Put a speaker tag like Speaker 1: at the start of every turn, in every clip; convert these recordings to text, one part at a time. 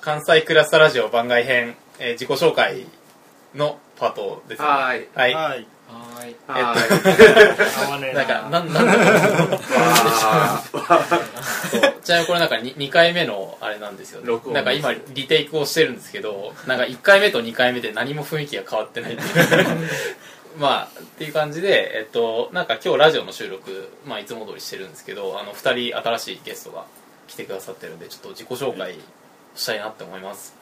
Speaker 1: 関西クラスタラジオ番外編、えー自己紹介のパートですねは
Speaker 2: はい
Speaker 1: い、
Speaker 3: はい。
Speaker 4: はーい
Speaker 2: はい
Speaker 3: 合わねえ
Speaker 1: なんか
Speaker 3: な。
Speaker 1: なんなんだろう
Speaker 2: あ
Speaker 1: そうちなみにこれなんか 2, 回目のあれなんですよね
Speaker 2: 録音
Speaker 1: なんか今リテイクをしてるんですけどなんか1回目と2回目で何も雰囲気が変わってないっていう まあっていう感じでえっとなんか今日ラジオの収録、まあ、いつも通りしてるんですけどあの2人新しいゲストが来てくださってるんでちょっと自己紹介したいなって思います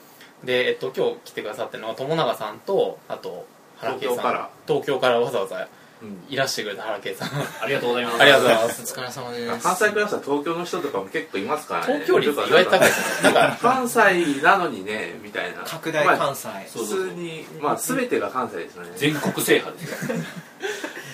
Speaker 1: で、えっと、今日来てくださってるのは友永さんとあと原圭さん
Speaker 2: 東京から
Speaker 1: 東京からわざわざ
Speaker 4: うん
Speaker 1: いらしてくれた原圭さん
Speaker 4: ありがとうございます
Speaker 1: ありがとうございます
Speaker 4: お疲れ様
Speaker 2: ー
Speaker 4: です
Speaker 2: 関西クラスは東京の人とかも結構いますからね
Speaker 1: 東京率意外と高いですねなんか
Speaker 2: 関西なのにねみたいな
Speaker 4: 拡大
Speaker 2: まあ
Speaker 4: 関西
Speaker 2: 普通にまあ全てが関西ですよね
Speaker 5: 全国制覇ですよ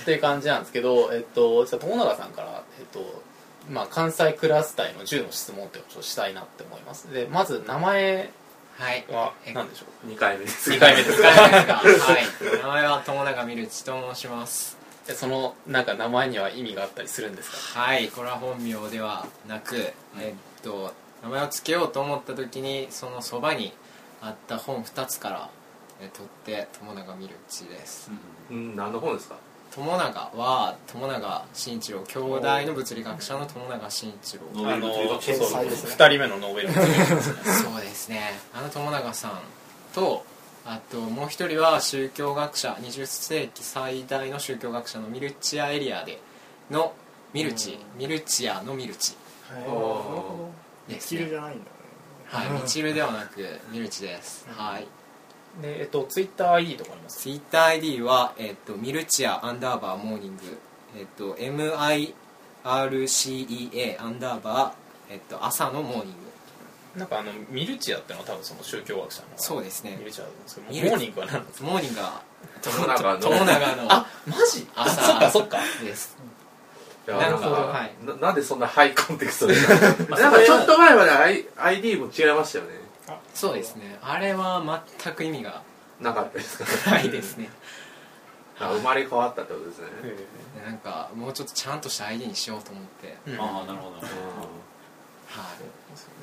Speaker 1: っていう感じなんですけど、えっと、じゃあ友永さんから、えっとまあ、関西クラス隊の10の質問っていうのをちょっとしたいなって思いますでまず名前
Speaker 4: はい
Speaker 1: は何でしょ
Speaker 2: 2回目です
Speaker 1: う2回目です
Speaker 4: お疲れ様ですかはい 名前は友永みるちと申します
Speaker 1: でそのなんか名前には意味があったりするんですか
Speaker 4: はいこれは本名ではなく、えっと名前を付けようと思った時にそのそばにあった本2つからえ取って友永みるちです
Speaker 2: うん何の本ですか
Speaker 4: 友永は友永慎一郎兄弟の物理学者の友永慎一郎
Speaker 5: ノーベル物理学
Speaker 1: そう
Speaker 5: 賞
Speaker 3: 天才ですね
Speaker 1: 2人目のノーベル物理学賞
Speaker 4: そうですねあの友永さんとあともう一人は宗教学者20世紀最大の宗教学者のミルチアエリアでのミルチミルチアのミルチ
Speaker 2: お
Speaker 3: ミ
Speaker 4: です
Speaker 3: キル
Speaker 4: ね
Speaker 3: じゃないんだね。
Speaker 4: はいミチルではなくミルチですはい
Speaker 1: で、えっと、ツイッター ID とかあります
Speaker 4: ツイッター ID は、えっとミルチアアンダーバーモーニング、えっと MIRCEA アンダーバー、えっと朝のモーニング
Speaker 1: なんかあのミルチアってのは多分その宗教学者の
Speaker 4: そうですね
Speaker 1: ミルチアなんですけど
Speaker 4: ミルチ
Speaker 1: モーニングは何なんですか
Speaker 4: モーニングが
Speaker 2: 友永の
Speaker 4: 友永の
Speaker 1: あマジあ
Speaker 4: 朝
Speaker 1: そっかそっか
Speaker 4: です
Speaker 2: いや
Speaker 4: なるほど
Speaker 2: んか
Speaker 4: はい
Speaker 2: ななんでそんなハイコンテクストでなんかちょっと前まで I- ID も違いましたよね
Speaker 4: そうですねあれは全く意味が
Speaker 2: なかったですか
Speaker 4: ないですね
Speaker 2: あ生まれ変わったってことですね
Speaker 4: なんかもうちょっとちゃんとした ID にしようと思って
Speaker 1: うん
Speaker 5: ああなるほどなるほ
Speaker 4: はい
Speaker 1: ですよね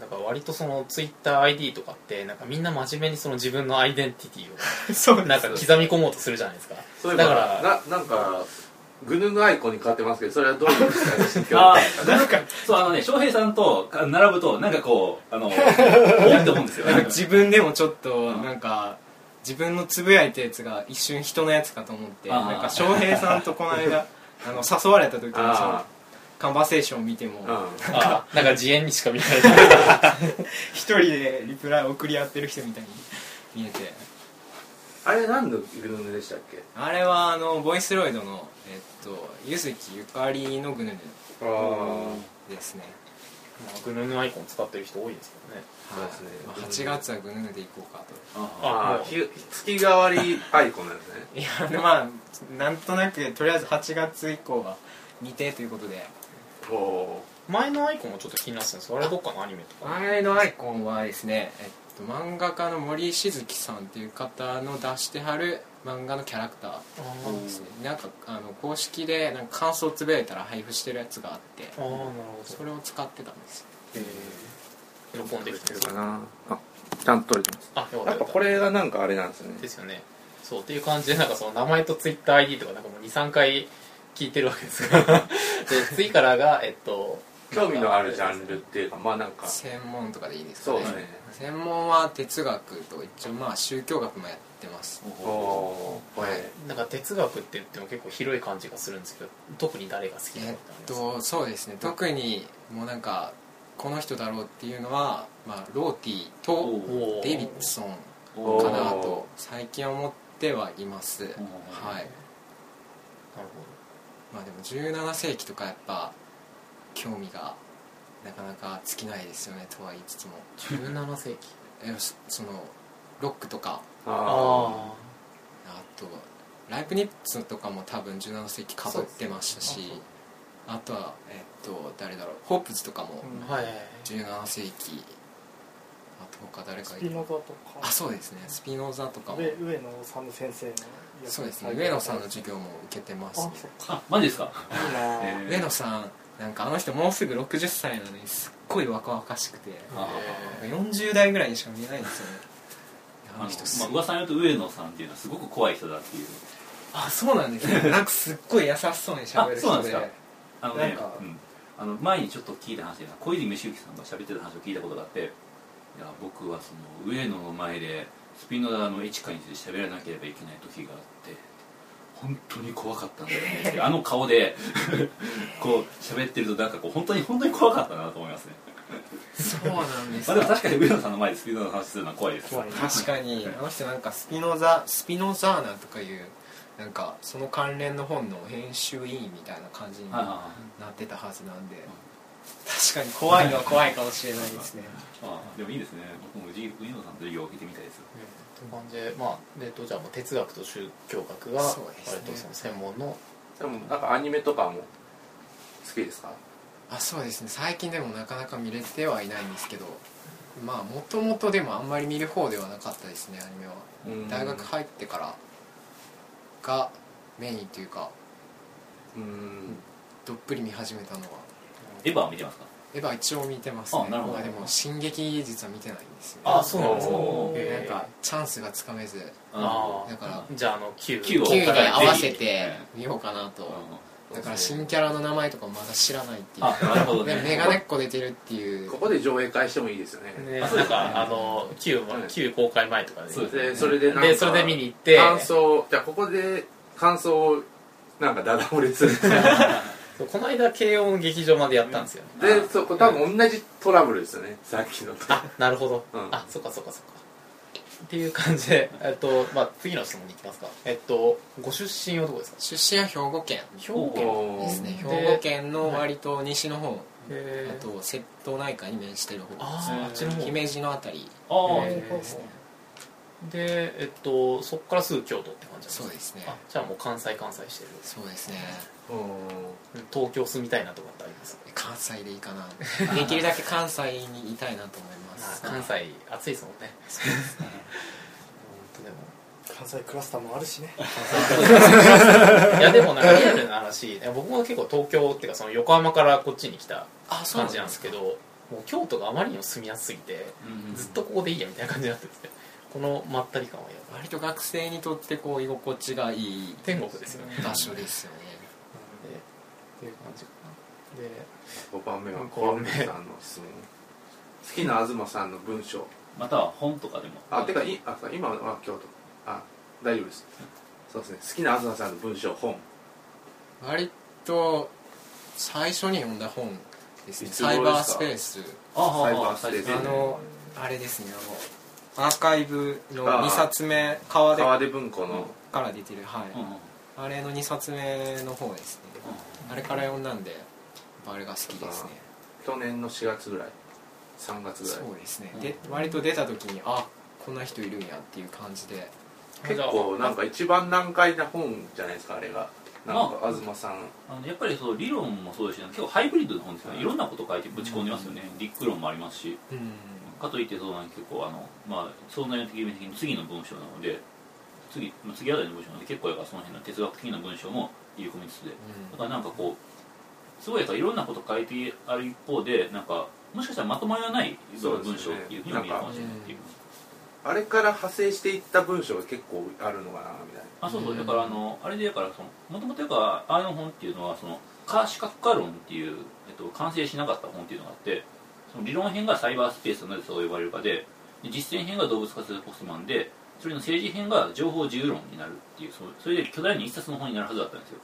Speaker 1: だから割とそのツイッター ID とかってなんかみんな真面目にその自分のアイデンティティをなんか刻み込もうとするじゃないですか
Speaker 2: そういえ
Speaker 1: だ
Speaker 2: ば
Speaker 1: から
Speaker 2: ななんかグヌヌアイコンに変わってますけどそれはどういう使いです
Speaker 5: ど
Speaker 2: か
Speaker 5: ああなんかそうあのね翔平さんと並ぶとなんかこうあのやると思う んですよ
Speaker 4: なんか自分でもちょっとなんか自分のつぶやいたやつが一瞬人のやつかと思って
Speaker 5: あー
Speaker 4: なんか翔平さんとこの間あの誘われた時にその
Speaker 2: あ
Speaker 4: カンバセーションを見ても
Speaker 2: あ
Speaker 1: あなんか自演にしか見られない
Speaker 4: 一人でリプライ送り合ってる人みたいに見えて
Speaker 2: あれ何のグヌヌでしたっけ
Speaker 4: あれはあのボイスロイドのえっとゆずきゆかりのグヌヌ
Speaker 2: ああ
Speaker 4: ですね
Speaker 1: グヌヌアイコン使ってる人多いですけどね
Speaker 2: そうですね
Speaker 4: はいまあ8月はグヌヌでいこうかと
Speaker 5: あ
Speaker 2: あ
Speaker 1: も
Speaker 2: あ
Speaker 1: う
Speaker 2: ひ月替わりアイコンなんですね
Speaker 4: いや でまあなんとなくとりあえず8月以降は未定ということで
Speaker 2: おお
Speaker 1: 前のアイコンもちょっと気になってたんですけどあれどっかのアニメとか
Speaker 4: 前のアイコンはですね、えっと、漫画家の森静月さんっていう方の出してはる漫画のキャラクターですねなんかあの公式でなんか感想をつぶやいたら配布してるやつがあって
Speaker 1: ああなるほ
Speaker 4: それを使ってたんです
Speaker 1: ど喜んできてる
Speaker 2: かなあちゃんと撮れてます
Speaker 1: あよかっ
Speaker 2: や
Speaker 1: よ
Speaker 2: ったぱ
Speaker 1: かっ
Speaker 2: これがなんかあれなんですね
Speaker 1: たですよねそうっていう感じでなんかその名前とツイッター ID とかなんかもう23回聞いてるわけですからで次からがえっと
Speaker 2: 興味のあるジャンルっていうかまあなんか
Speaker 4: 専門とかでいいですか
Speaker 2: そう
Speaker 4: ね
Speaker 2: ですね
Speaker 4: 専門は哲学と一応まあ宗教学もやってます
Speaker 5: お
Speaker 2: おおーはい
Speaker 1: なんか哲学って言っても結構広い感じがするんですけど特に誰が好きな
Speaker 4: え
Speaker 1: の
Speaker 4: っ
Speaker 1: かってありま
Speaker 4: とそうですね特にもうなんかこの人だろうっていうのは、まあ、ローティと
Speaker 1: すおー
Speaker 4: デイビッドソン
Speaker 5: お
Speaker 4: かな
Speaker 2: おー
Speaker 4: と最近思ってはいますはい
Speaker 1: なる
Speaker 4: まあでも17世紀とかやっぱ興味がなかなか尽きないですよねとは言いつつも
Speaker 1: ほど17世紀
Speaker 4: えそそのロックとか
Speaker 2: あ
Speaker 4: あとライプニッツとかも多分17世紀かぶってましたしあとはえっと誰だろうホープズとかも
Speaker 3: うん
Speaker 1: はい
Speaker 4: 17世紀あと他誰か
Speaker 3: ス
Speaker 4: い
Speaker 3: ピ
Speaker 4: る
Speaker 3: ノザとか。
Speaker 4: あそうですねスピノザとかも
Speaker 3: 上上野さんの先生のやつ。
Speaker 4: そうですね上野さんの授業も受けてま
Speaker 3: あ、
Speaker 4: す
Speaker 3: そ
Speaker 4: ね
Speaker 3: っか。
Speaker 5: あマジですか
Speaker 3: いいなぁ。
Speaker 5: えー
Speaker 4: 上野さんなんかあの人もうすぐ60歳なのにすっごい若々しくて
Speaker 5: あ
Speaker 4: なんか40代ぐらいにしか見えないんですよね
Speaker 5: あ
Speaker 4: あ
Speaker 5: の
Speaker 4: の人す
Speaker 5: まあ、噂によると上野さんっていうのはすごく怖い人だっていう
Speaker 4: あそうなんですね なんかすっごい優しそうに喋る
Speaker 5: あそうなん
Speaker 4: 人
Speaker 5: で
Speaker 4: です
Speaker 5: かあのね
Speaker 4: なんか
Speaker 5: うんあの前にちょっと聞いた話で小泉義行さんが喋ってた話を聞いたことがあっていや僕はその上野の前でスピノダのエチカについて喋らなければいけない時があって本当に怖かったんだよねってあの顔で こう喋ってるとなんかこう本当に本当に怖かったなと思いますね、
Speaker 4: そうなんです
Speaker 5: まあ、でも確かに上野さんの前でスピノダの話するのは怖いです
Speaker 3: 怖い
Speaker 4: 確かにあの人なんかスピノザスピノザーナとかいうなんかその関連の本の編集委員みたいな感じに
Speaker 5: はいはい
Speaker 4: な
Speaker 5: は
Speaker 4: っ
Speaker 5: い
Speaker 4: てたはずなんで確かに怖いのは怖いかもしれないですね
Speaker 5: ああでもいいですね僕も上野さんの授業を受けてみたいです
Speaker 1: という感じでまあでえっとじゃあもう哲学と宗教学が
Speaker 4: そうですね
Speaker 1: 割とその専門の
Speaker 2: でもなんかアニメとかも好きですか
Speaker 4: あそうですね最近でもなかなか見れてはいないんですけどまあもともとでもあんまり見る方ではなかったですねアニメは大学入ってからがメインというか
Speaker 2: うん
Speaker 4: どっぷり見始めたのは
Speaker 5: エヴァは見てますか
Speaker 4: エヴァ一応見てますね
Speaker 5: あなるほど
Speaker 4: まあでも「進撃」実は見てないんですよね
Speaker 1: あそうなんですか
Speaker 5: おー
Speaker 1: へ
Speaker 4: なん
Speaker 1: ー
Speaker 4: かチャンスがつかめず
Speaker 1: あ
Speaker 4: だから
Speaker 1: ーじゃああの Q
Speaker 5: 九を
Speaker 4: 9に合わ
Speaker 5: ぜ
Speaker 4: せ
Speaker 5: ひ
Speaker 4: て見ようかなと
Speaker 5: う
Speaker 4: だから新キャラの名前とかまだ知らないってい
Speaker 5: あ
Speaker 4: う
Speaker 5: なるほど
Speaker 4: で
Speaker 5: ね
Speaker 4: メガネっ子出てるっていう
Speaker 2: ここで上映会してもいいですよね
Speaker 1: ね、
Speaker 5: あ
Speaker 1: なん
Speaker 5: そうですね
Speaker 1: かあの旧も
Speaker 2: うん
Speaker 1: 旧公開前とかで
Speaker 5: そう
Speaker 2: でそれでなんか
Speaker 1: でそれで見に行って
Speaker 2: 感想じゃあここで感想をなんかダダ漏れする
Speaker 1: そうこの間慶応の劇場までやったんですよね
Speaker 2: でそこ多分同じトラブルですよねさっきのと
Speaker 1: あなるほど、
Speaker 2: うん
Speaker 1: あそっかそっかそっかっていう感じで、えっとまあ、次の質問に行きますかえっとご出身はどこですか
Speaker 4: 出身は兵庫県
Speaker 1: 兵
Speaker 5: 庫県
Speaker 4: ですね
Speaker 1: で
Speaker 4: 兵庫県の割と西の方あ
Speaker 1: え
Speaker 4: と瀬戸内海に面してる方
Speaker 1: あーあっちの方
Speaker 4: 姫路のあたり
Speaker 5: あ
Speaker 1: えーでえっとそっからすぐ京都って感じなんですか
Speaker 4: そうですね
Speaker 1: あじゃあもう関西関西してる
Speaker 4: そうですね
Speaker 1: 東京住みたいなとかってあります
Speaker 4: 関西でいいかなできるだけ関西にいたいなと思います
Speaker 1: 関西暑いですもんね
Speaker 4: そうですね
Speaker 1: 本当 でも
Speaker 3: 関西クラスターもあるしね
Speaker 1: いやでもなんかリアルな話いや僕も結構東京っていうかその横浜からこっちに来た
Speaker 4: あそう
Speaker 1: 感
Speaker 4: なん
Speaker 1: じなんで
Speaker 4: で
Speaker 1: す
Speaker 4: す
Speaker 1: け
Speaker 4: け
Speaker 1: ど
Speaker 4: ど
Speaker 1: もう京都があまりにも住みやすすぎてずっとここでいいやみたいな感じになってですねこのまったり感はやばい
Speaker 4: 割と学生にとってこう居心地がいい
Speaker 1: 天国ですよね
Speaker 4: 場所ですよね
Speaker 1: でっていう感じかなで
Speaker 2: 5番目は
Speaker 1: うん
Speaker 2: コウメさんの質問好きな東さんの文章
Speaker 5: または本とかでも
Speaker 2: あてかいあそう今は京都あ大丈夫ですそうですね好きな東さんの文章本
Speaker 4: 割と最初に読んだ本ですね
Speaker 2: いつ頃
Speaker 4: サ
Speaker 2: で
Speaker 4: イ
Speaker 2: すか
Speaker 4: バースペース
Speaker 5: ああ
Speaker 2: サイバースペース
Speaker 4: あのあれですねあのアーカイブの
Speaker 2: あー
Speaker 4: 2冊目川で
Speaker 2: 川出文庫の
Speaker 4: から出てるはい、
Speaker 5: うんうんうん
Speaker 4: あれの2冊目の方ですねあれから読んだんでやっぱあれが好きですね
Speaker 2: 去年の4月ぐらい3月ぐらい
Speaker 4: そうですね
Speaker 5: うん
Speaker 4: で割と出た時にあこんな人いるんやっていう感じで
Speaker 2: 結構なんか一番難解な本じゃないですかあれがなんか東さん
Speaker 5: あのやっぱりそう理論もそうですし結構ハイブリッドの本ですよねいろんなこと書いてぶち込んでますよね理論もありますし
Speaker 4: うん
Speaker 5: かといってそうなんか結構あのまあ相対的に次の文章なので次まあ次あたりの文章なので結構やっぱその辺の哲学的な文章も入り込みつつでだからなんかこうすごいやっぱいろんなこと書いてある一方でなんかもしかしたらまとまりがないような文章っていうふうにも見えるかもしれないっていう。
Speaker 2: あれから派生していった文章が結構あるのかなみたい
Speaker 5: あそうそううんだからあのあれでだからそのもともとやからあの本っていうのはその可視覚化論っていう、えっと、完成しなかった本っていうのがあってその理論編がサイバースペースなぜそう呼ばれるかでで実践編が動物化するポストマンでそれの政治編が情報自由論になるっていうそのそれで巨大な一冊の本になるはずだったんですよ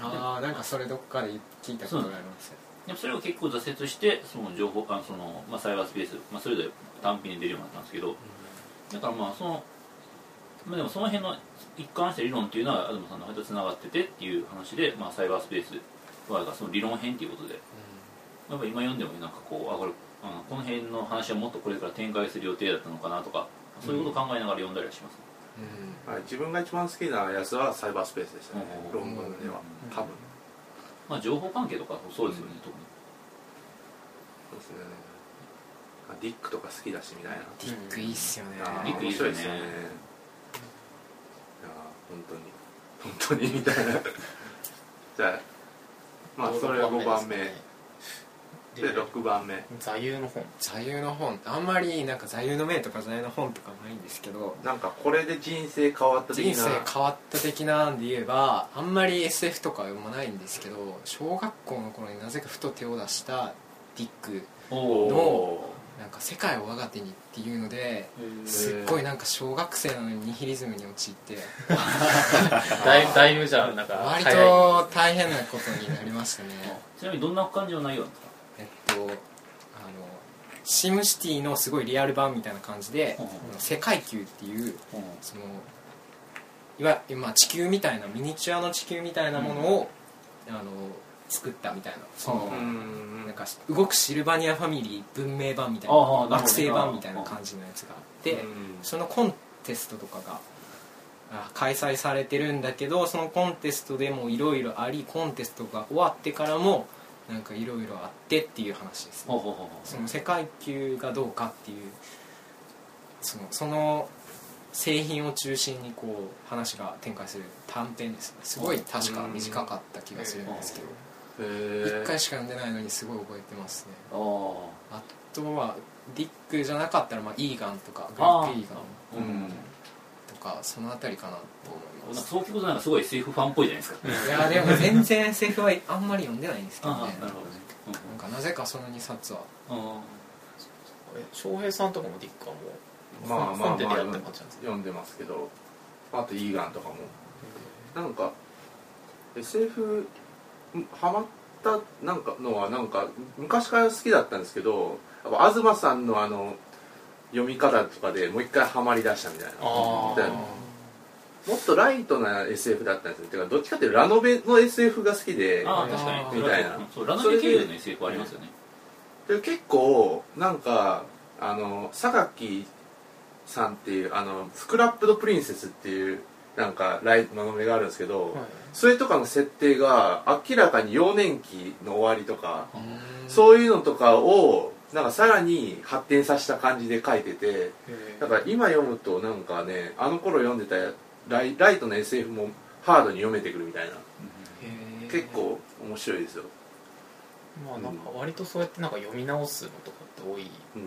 Speaker 4: ああなんかそれどっかで聞いたことがあります
Speaker 5: でもそれを結構挫折してその情報あその、まあ、サイバースペース、まあ、それぞれ単品で出るようになったんですけど、だからまあその、まあ、でもその辺の一貫した理論っていうのは東さんの方とつながっててっていう話で、まあ、サイバースペースはその理論編っていうことでやっぱ今読んでもねなんかこうあこれあのこの辺の話はもっとこれから展開する予定だったのかなとかそういうことを考えながら読んだりはします、
Speaker 4: う
Speaker 2: な、はい、自分が一番好きなやつはサイバースペースでしたね
Speaker 5: うん
Speaker 2: 論文では
Speaker 5: うん
Speaker 2: 多分
Speaker 5: まあ、情報関係とかそうですよね、特に
Speaker 2: そうですねあディックとか好きだしみたいな
Speaker 4: ディックいいっすよね
Speaker 2: あー
Speaker 5: ディックいい
Speaker 2: 面白いですよねい
Speaker 5: いい
Speaker 2: や
Speaker 5: ですね
Speaker 2: ー本当に本当 にみたいなじゃあまあそれが5番目で6番目
Speaker 1: 座右の本
Speaker 4: 座右の本あんまりなんか座右の銘とか座右の本とかないんですけど
Speaker 2: なんかこれで人生変わった的な
Speaker 4: 人生変わった的なんで言えばあんまり SF とかは読まないんですけど小学校の頃になぜかふと手を出したディック
Speaker 5: お
Speaker 4: のなんか「世界を我が手に」っていうので
Speaker 2: へー
Speaker 4: すっごいなんか小学生のニヒリズムに陥って
Speaker 1: だいだいぶじゃあなんか
Speaker 4: 割
Speaker 1: 早い
Speaker 4: と大変なことになりましたね
Speaker 5: ちなみにどんな感じの内容なんですか
Speaker 4: えっとあのシムシティのすごいリアル版みたいな感じで
Speaker 5: ほうほ
Speaker 4: 「世界級」っていう
Speaker 5: ほう
Speaker 4: そのいわゆるまあ地球みたいなミニチュアの地球みたいなものを、あの作ったみたいなその
Speaker 2: う、ん
Speaker 4: なんか動くシルバニアファミリー文明版みたいな
Speaker 5: ああなるほど
Speaker 4: 惑星版みたいな感じのやつがあって、
Speaker 2: うん
Speaker 4: そのコンテストとかがあ開催されてるんだけどそのコンテストでもいろいろありコンテストが終わってからもなんかいろいろあってっていう話ですね
Speaker 5: ほうほうほうほ
Speaker 4: その世界級がどうかっていうそのその製品を中心にこう話が展開する短編ですねすごい確か短かった気がするんですけど
Speaker 2: へー
Speaker 4: 1回しか読んでないのにすごい覚えてますね
Speaker 5: う
Speaker 4: あとはディックじゃなかったらまあイーガンとかグリ
Speaker 5: ああ
Speaker 4: ップイーガン
Speaker 5: あーうん
Speaker 4: とかそのあたりかなと思い
Speaker 5: な
Speaker 4: ま
Speaker 5: んか
Speaker 4: す
Speaker 5: そう聞くとなんかすごい SF ファンっぽいじゃないですか
Speaker 4: いやでも全然 SF はあんまり読んでないんですけど
Speaker 5: あ
Speaker 4: ね
Speaker 5: あなるほどね
Speaker 4: なんかなぜかその2冊は
Speaker 5: うんうんあ
Speaker 1: え翔平さんとかもディックはも
Speaker 2: まあまあまあ
Speaker 1: 本で出会った
Speaker 2: 読ん
Speaker 1: 感じ
Speaker 2: で
Speaker 1: なんですね
Speaker 2: 読んでますけどあとイーガンとかもなんか SF んハマったなんかのはなんか昔から好きだったんですけどやっぱ東さんのあの読み方とかでもう一回ハマりだしたみたいな
Speaker 1: あ
Speaker 2: だよねもっとライトな SF だったんですよてかどっちかっていうとラノベの SF が好きで
Speaker 5: あ確かに
Speaker 2: みたいな
Speaker 5: そうラノベ経由の SF ありますよね
Speaker 2: で結構なんかあの榊さんっていうあのスクラップドプリンセスっていうなんかライラノベがあるんですけど、
Speaker 1: あはい
Speaker 2: それとかの設定が明らかに幼年期の終わりとか、そういうのとかをなんかさらに発展させた感じで書いてて
Speaker 1: へ
Speaker 2: だから今読むとなんかねあの頃読んでたライライトの SF もハードに読めてくるみたいな
Speaker 1: え
Speaker 2: 結構面白いですよ、
Speaker 1: まあなんか割とそうやってなんか読み直すのとかって多い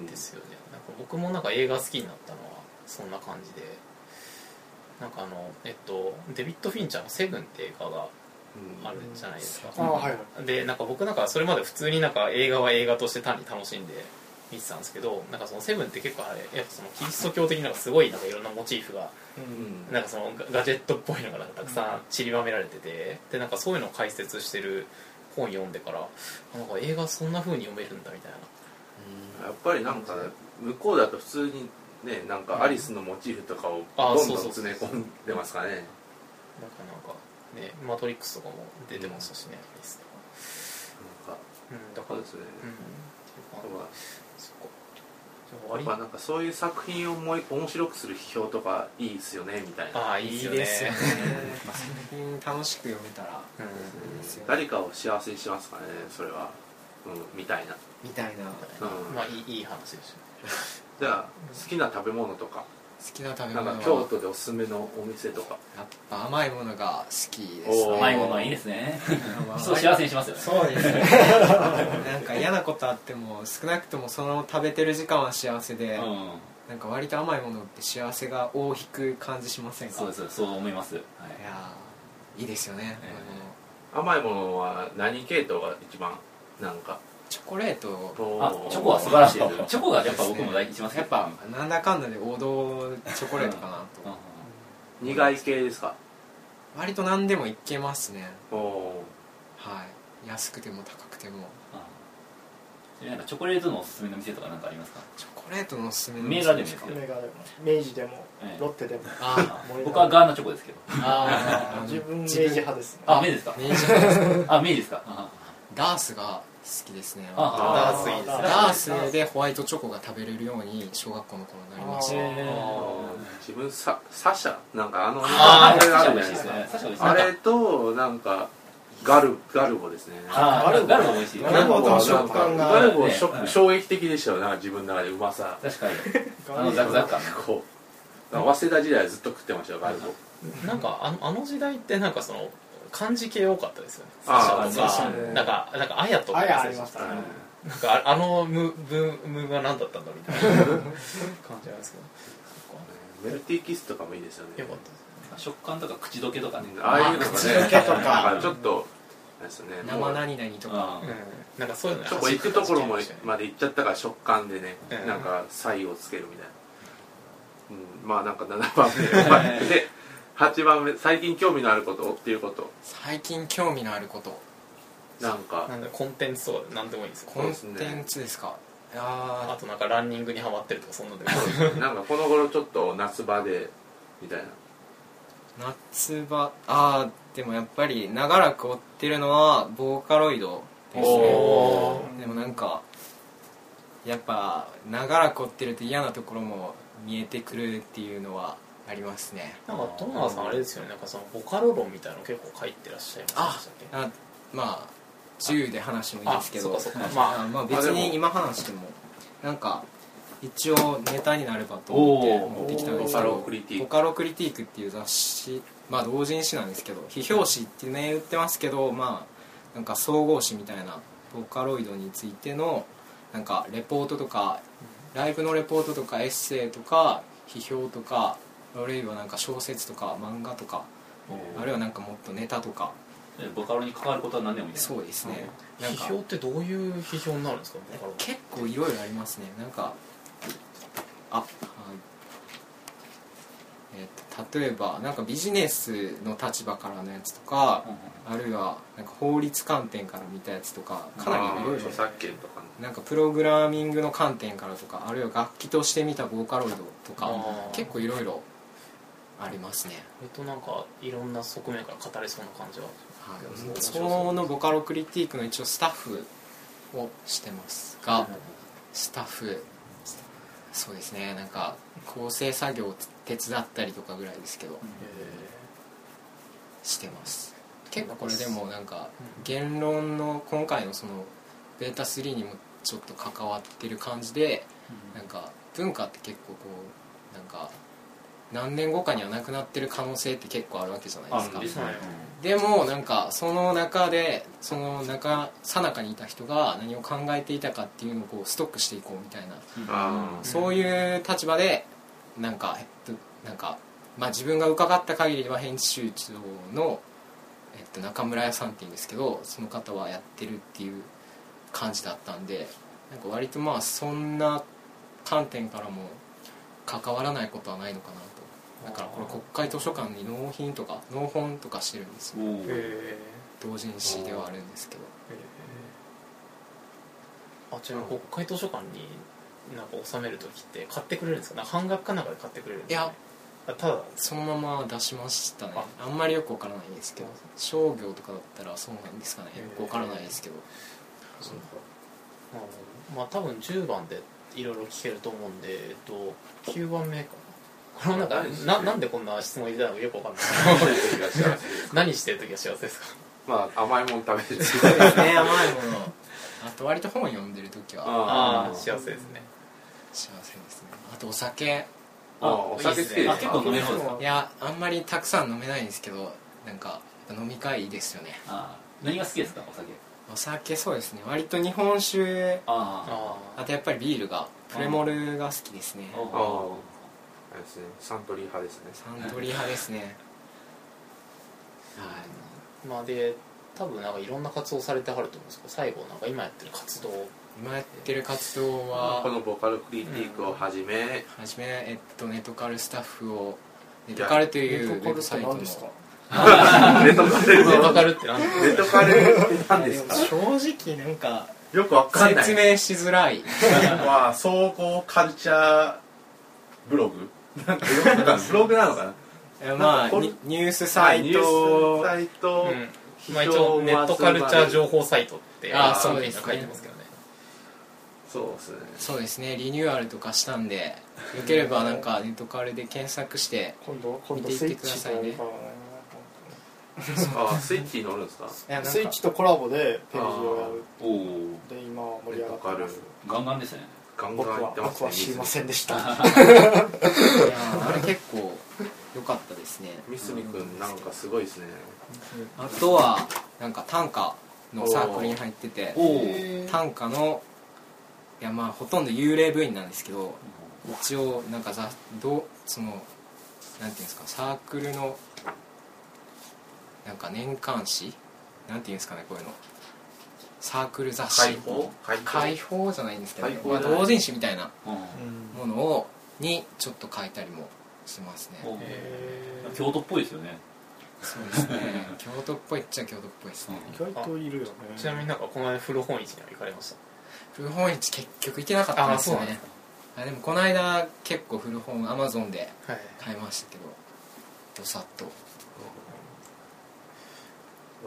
Speaker 1: ですよね、なんか僕もなんか映画好きになったのはそんな感じでなんかあのえっとデビッド・フィンチャーの「セブン」って映画が
Speaker 2: うん
Speaker 1: あるじゃないですか、
Speaker 3: ああはいはい
Speaker 1: でなんか僕なんかそれまで普通になんか映画は映画として単に楽しんで見てたんですけどなんかその「セブン」って結構あれやっぱそのキリスト教的になんかすごいなんかいろんなモチーフが
Speaker 2: うん
Speaker 1: なんかそのガガジェットっぽいのがなんかたくさん散りばめられててでなんかそういうのを解説してる本読んでからあなんか映画そんな風に読めるんだみたいな
Speaker 2: やっぱりなんか向こうだと普通にねなんかアリスのモチーフとかを
Speaker 1: あ
Speaker 2: どんどん
Speaker 1: そうそうそう
Speaker 2: 詰め込んでますからね
Speaker 1: なんかなんかね「マトリックス」とかも出てましたしね、アリスとか
Speaker 2: なんか
Speaker 1: うんだか
Speaker 2: そう
Speaker 1: ら
Speaker 2: ですね、
Speaker 1: うん
Speaker 2: やっ
Speaker 1: っていうか
Speaker 2: ぱ
Speaker 1: そっかじゃあ割
Speaker 2: やっぱなんかそういう作品をもい面白くする批評とかいいっすよねみたいな
Speaker 1: ああいいですよね
Speaker 4: まあ作品楽しく読めたら
Speaker 1: うん
Speaker 4: いいですよね
Speaker 2: 誰かを幸せにしますからねそれは、うん、みたいな、
Speaker 4: みたいな
Speaker 2: うん
Speaker 1: まあいいいい話でしょ
Speaker 2: じゃあ好きな食べ物とか
Speaker 4: 好きな食べ
Speaker 2: なん
Speaker 4: 物
Speaker 2: か京
Speaker 4: は
Speaker 2: 都でおすすめのお店とか
Speaker 4: やっぱ甘いものが好きです
Speaker 2: おー
Speaker 5: 甘いものはいいですね
Speaker 4: まあ
Speaker 5: そう幸せにしますよね
Speaker 4: そうですねなんか嫌なことあっても少なくともその食べてる時間は幸せで、
Speaker 5: うん
Speaker 4: なんか割と甘いものって幸せが尾を引く感じしませんか
Speaker 5: そうですそう思いますはい
Speaker 4: いやーいいですよね、
Speaker 5: ええ
Speaker 4: 甘いも
Speaker 2: 甘
Speaker 4: の
Speaker 2: いものは何系統が一番なんか
Speaker 4: チョコレート
Speaker 5: あチョコは素晴らしいですすチョコがやっぱ僕も大事にします
Speaker 4: やっぱなんだかんだで王道チョコレートかな
Speaker 5: うん
Speaker 4: と
Speaker 2: 苦い系ですか
Speaker 4: 割と何でもいけますね
Speaker 2: おお
Speaker 4: はい安くても高くても
Speaker 5: あーなんかチョコレートのおすすめの店とかなんかありますか
Speaker 4: チョコレートのおすすめの
Speaker 5: 銘柄でもいいですけど
Speaker 3: メガでも明治でも
Speaker 5: ええ
Speaker 3: ロッテでも
Speaker 4: あ
Speaker 3: 森永
Speaker 5: 僕はガーナチョコですけど
Speaker 4: あ
Speaker 3: 自分明治
Speaker 4: 自分
Speaker 3: 派ですね
Speaker 5: あ明治ですか
Speaker 4: 明治派です
Speaker 5: あ明治ですかあ
Speaker 4: ダースが好きですね
Speaker 5: あ
Speaker 1: ダースいいですね
Speaker 4: ダースでホワイトチョコが食べれるように小学校の頃になりまし
Speaker 5: ー
Speaker 4: た
Speaker 2: 自分ササシャなんかあの
Speaker 1: あー
Speaker 2: あれがあ
Speaker 5: サシャ
Speaker 2: る
Speaker 5: 美
Speaker 2: じゃ
Speaker 5: 味
Speaker 2: な
Speaker 5: し
Speaker 2: いで
Speaker 5: いですす
Speaker 2: か
Speaker 5: ねサシャ美味しい
Speaker 2: あれとなんかガルガルボですね
Speaker 5: あーガルボ美味しい
Speaker 3: ガルボの食感が
Speaker 2: ガルボショ
Speaker 5: はい
Speaker 2: 衝撃的でしたよなんか自分の中でうまさ
Speaker 5: 確かにあ
Speaker 3: ガ
Speaker 5: の
Speaker 3: ー
Speaker 5: ザクザク感
Speaker 2: こう早稲田時代はずっと食ってましたよガルボ
Speaker 1: なんかあのあの時代ってなんかその漢字系多かったですよね
Speaker 2: あー
Speaker 1: サシャと
Speaker 5: そう
Speaker 3: です
Speaker 1: か
Speaker 3: ね
Speaker 1: なんかなんかあやとか
Speaker 3: あやありましたね
Speaker 2: うん
Speaker 1: なんかああのムブームは何だったんだみたいな感じなんですけどそっか
Speaker 2: メルティーキスとかもいいですよね
Speaker 1: よかったです
Speaker 5: 食感とか口どけとかね
Speaker 2: ああいうのがね
Speaker 4: 口溶けとか
Speaker 2: なんちょっとあれですよねも
Speaker 4: 生
Speaker 2: う
Speaker 4: 何々とか
Speaker 5: あ
Speaker 1: ね、うん、なんかそういうの
Speaker 2: ちょっと行くところも
Speaker 1: 走ってま
Speaker 2: まで行っちゃったから食感でね、
Speaker 1: うん
Speaker 2: なんか差をつけるみたいな、うん、まあなんか7番目まあで8番目最近興味のあることっていうこと
Speaker 4: 最近興味のあること
Speaker 2: なん
Speaker 1: したねな
Speaker 2: か
Speaker 1: んだコンテンツとかで何でもいいんですよ
Speaker 4: コンテンツですかいやー
Speaker 1: あとなんかランニングにハマってるとかそんなのでも
Speaker 2: なんかこの頃ちょっと夏場でみたいな
Speaker 4: 夏場あーでもやっぱり長らく追ってるのはボーカロイドです
Speaker 1: お
Speaker 4: ね
Speaker 3: ー
Speaker 4: でもなんかやっぱ長らく追ってると嫌なところも見えてくるっていうのはありますね
Speaker 1: なんかトナーさんあれですよねなんかそのボカロ論みたいなの結構書いてらっしゃいましたっけ
Speaker 4: あまあ銃で話もいいですけど
Speaker 1: あそうかそうかまあ
Speaker 4: まあ別に今話してもなんか一応ネタになればと思って
Speaker 5: おー
Speaker 4: 持ってきたんです
Speaker 2: ボカ
Speaker 4: けど
Speaker 2: ロクリティーク
Speaker 4: ボカロクリティークっていう雑誌まあ同人誌なんですけど非表紙ってね売ってますけどまあなんか総合誌みたいなボカロイドについてのなんかレポートとかライブのレポートとかエッセイとか批評とかあるいはなんか小説とか漫画とかあるいはなんかもっとネタとか
Speaker 5: でボカロに関わることは何でもいいね
Speaker 4: そうですね、なん
Speaker 1: 批
Speaker 4: か
Speaker 1: 評ってどういう批評になるんですかボカロ
Speaker 4: 結構いろいろありますねなんかあはいえっと例えばなんかビジネスの立場からのやつとか
Speaker 5: うんうん
Speaker 4: あるいはなんか法律観点から見たやつとかかなりい
Speaker 2: まあ
Speaker 4: ろいろ
Speaker 2: 著作権とかね
Speaker 4: なんかプログラミングの観点からとかあるいは楽器として見たボーカロイドとか
Speaker 1: あー
Speaker 4: 結構いろいろありますね、
Speaker 1: えっとなんかいろんな側面から語れそうな感じは
Speaker 4: はい
Speaker 1: うん
Speaker 4: そのボカロクリティークの一応スタッフをしてますが、スタッフそうですねなんか構成作業を手伝ったりとかぐらいですけどしてます結構これでもなんか言論の今回のそのベータ3にもちょっと関わってる感じで
Speaker 5: う
Speaker 4: なんんか文化って結構こうなんか何年後かにはなくなってる可能性って結構あるわけじゃないですか
Speaker 5: あですね
Speaker 1: はい
Speaker 4: でもなんかその中でその中さなかにいた人が何を考えていたかっていうのをこうストックしていこうみたいな
Speaker 5: うん
Speaker 2: あー
Speaker 4: そういう立場でなんかえっとなんかまあ自分が伺った限りでは編集長のえっと中村屋さんっていうんですけどその方はやってるっていう感じだったんでなんか割とまあそんな観点からも関わらないことはないのかなとだからこれ国会図書館に納品とか納本とかしてるんですよ
Speaker 5: おー
Speaker 1: へ
Speaker 4: 同人誌ではあるんですけど
Speaker 1: ーあちなみに国会図書館になんか収める時って買ってくれるんですかなんか半額かなんかで買ってくれるんですか、ね、いやただ
Speaker 4: そのまま出しましたねあんまりよくわからないんですけど商業とかだったらそうなんですかねよくわからないですけど
Speaker 1: なるほどまあ多分10番でいろいろ聞けると思うんで、えっと、9番目かなこの中
Speaker 2: 何してる
Speaker 1: ななんでこんな質問入れたのかよくわかん ない何してる時が幸せですか
Speaker 2: まあ甘いもん食べ てる
Speaker 4: そうですね甘いものあと割と本読んでる時は
Speaker 1: あ
Speaker 2: あ
Speaker 1: あ
Speaker 2: ー
Speaker 1: 幸せですね
Speaker 4: 幸せですねあとお酒
Speaker 2: あーお酒好きです
Speaker 1: いい
Speaker 2: か
Speaker 1: っ
Speaker 5: あ結構飲める方ですか
Speaker 4: いやあんまりたくさん飲めないんですけどなんか飲み会いいですよね
Speaker 5: あー何が好きですかお酒
Speaker 4: お酒そうですね割と日本酒
Speaker 5: あ
Speaker 1: あ
Speaker 4: あとやっぱりビールがプレモルが好きですね
Speaker 5: ーおー
Speaker 2: ああれですねサントリー派ですね
Speaker 4: サントリー派ですねはい
Speaker 1: あまあで多分なんかいろんな活動されてはると思うんですけど最後なんか今やってる活動
Speaker 4: 今やってる活動
Speaker 2: こ
Speaker 4: は
Speaker 2: のボカルクリティークをはじめ、
Speaker 4: はじめ、えっと、ネットカルスタッフをネットカルと
Speaker 3: ネ
Speaker 4: いうウ
Speaker 3: ッ
Speaker 4: ェ
Speaker 3: トカル
Speaker 4: ブ
Speaker 3: っ
Speaker 4: サ
Speaker 3: て
Speaker 4: イト
Speaker 3: 何
Speaker 4: の
Speaker 3: ですか
Speaker 2: ネットカレー
Speaker 1: ネ
Speaker 2: の
Speaker 1: タカルってなんで
Speaker 2: ネットカレーって何ですか
Speaker 4: 正直なんか
Speaker 2: よくわかんない
Speaker 4: 説明しづらい
Speaker 2: まあ総合カルチャーブログなんかよくわかんないブログなのかな
Speaker 4: えま
Speaker 2: なん
Speaker 4: あ
Speaker 2: かこれ
Speaker 4: ニニュースサイ
Speaker 2: ニュー
Speaker 4: ト
Speaker 2: スサイト、
Speaker 1: うんまあ、一応ネットカルチャー情報サイトって
Speaker 4: あ
Speaker 2: ーそう
Speaker 4: ですね
Speaker 1: 書いてますけどね
Speaker 2: そうですね
Speaker 4: そうですねリニューアルとかしたんでよければなんかネットカルで検索して
Speaker 3: 今度今度スイッチと
Speaker 4: 見ていってくだ
Speaker 2: あスイッチに乗るんですか
Speaker 4: いやなんか
Speaker 3: スイッチとコラボでページをやる
Speaker 5: おー
Speaker 3: で今は盛り上がってます
Speaker 5: ガンガンですね
Speaker 2: ガンガン
Speaker 3: 僕
Speaker 2: 行
Speaker 3: は
Speaker 2: ってま
Speaker 3: 僕は知
Speaker 2: す
Speaker 3: り
Speaker 2: ね
Speaker 3: ませんでした
Speaker 4: いやーあれ結構良かったですね
Speaker 2: 三角君なんかすごいですね
Speaker 4: あとはなんか短歌のサークルに入ってて
Speaker 5: おお
Speaker 4: 短歌のいやまあほとんど幽霊部員なんですけど一応なんかざどうそのなんていうんですかサークルのなんか年間誌なんていうんですかねこういうのサークル雑誌
Speaker 2: 解放解
Speaker 4: 解放じゃないんですけど、
Speaker 2: 解放
Speaker 4: まあ、
Speaker 2: じゃない
Speaker 4: 同人誌みたいな
Speaker 5: うん
Speaker 4: ものをにちょっと書いたりもしますね
Speaker 5: うん
Speaker 1: え
Speaker 3: えー
Speaker 5: 京都っぽいですよね
Speaker 4: そうですね 京都っぽいっちゃ京都っぽいですね
Speaker 3: 意外といるよね
Speaker 1: ーちなみになんかこの間古本市には行かれました
Speaker 4: 古本市結局行けなかったんですよ
Speaker 1: あそうなん
Speaker 4: ね
Speaker 1: で
Speaker 4: あでもこの間結構古本アマゾンで
Speaker 1: はい
Speaker 4: 買いましたけどどさっと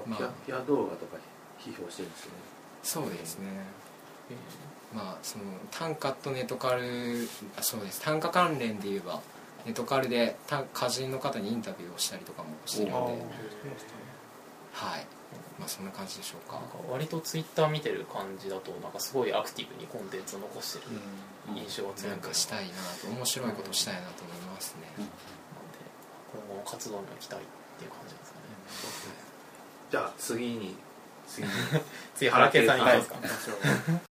Speaker 4: まあ
Speaker 2: キャキャ動画とか批評してるんですよね
Speaker 4: そうですねまあその単価とネトカルあそうです単価関連で言えばネトカルで単歌人の方にインタビューをしたりとかもしてる
Speaker 3: あー
Speaker 4: のではいまあそんな感じでしょうか
Speaker 1: なんか割とツイッター見てる感じだとなんかすごいアクティブにコンテンツを残してる印象が強
Speaker 4: ないん
Speaker 1: か
Speaker 4: からしたいなと面白いことしたいなと思いますね
Speaker 1: なんで今後の活動には期待っていう感じなんですかね
Speaker 2: じゃあ次に次に
Speaker 1: 次原圭さんいきますか、
Speaker 2: はい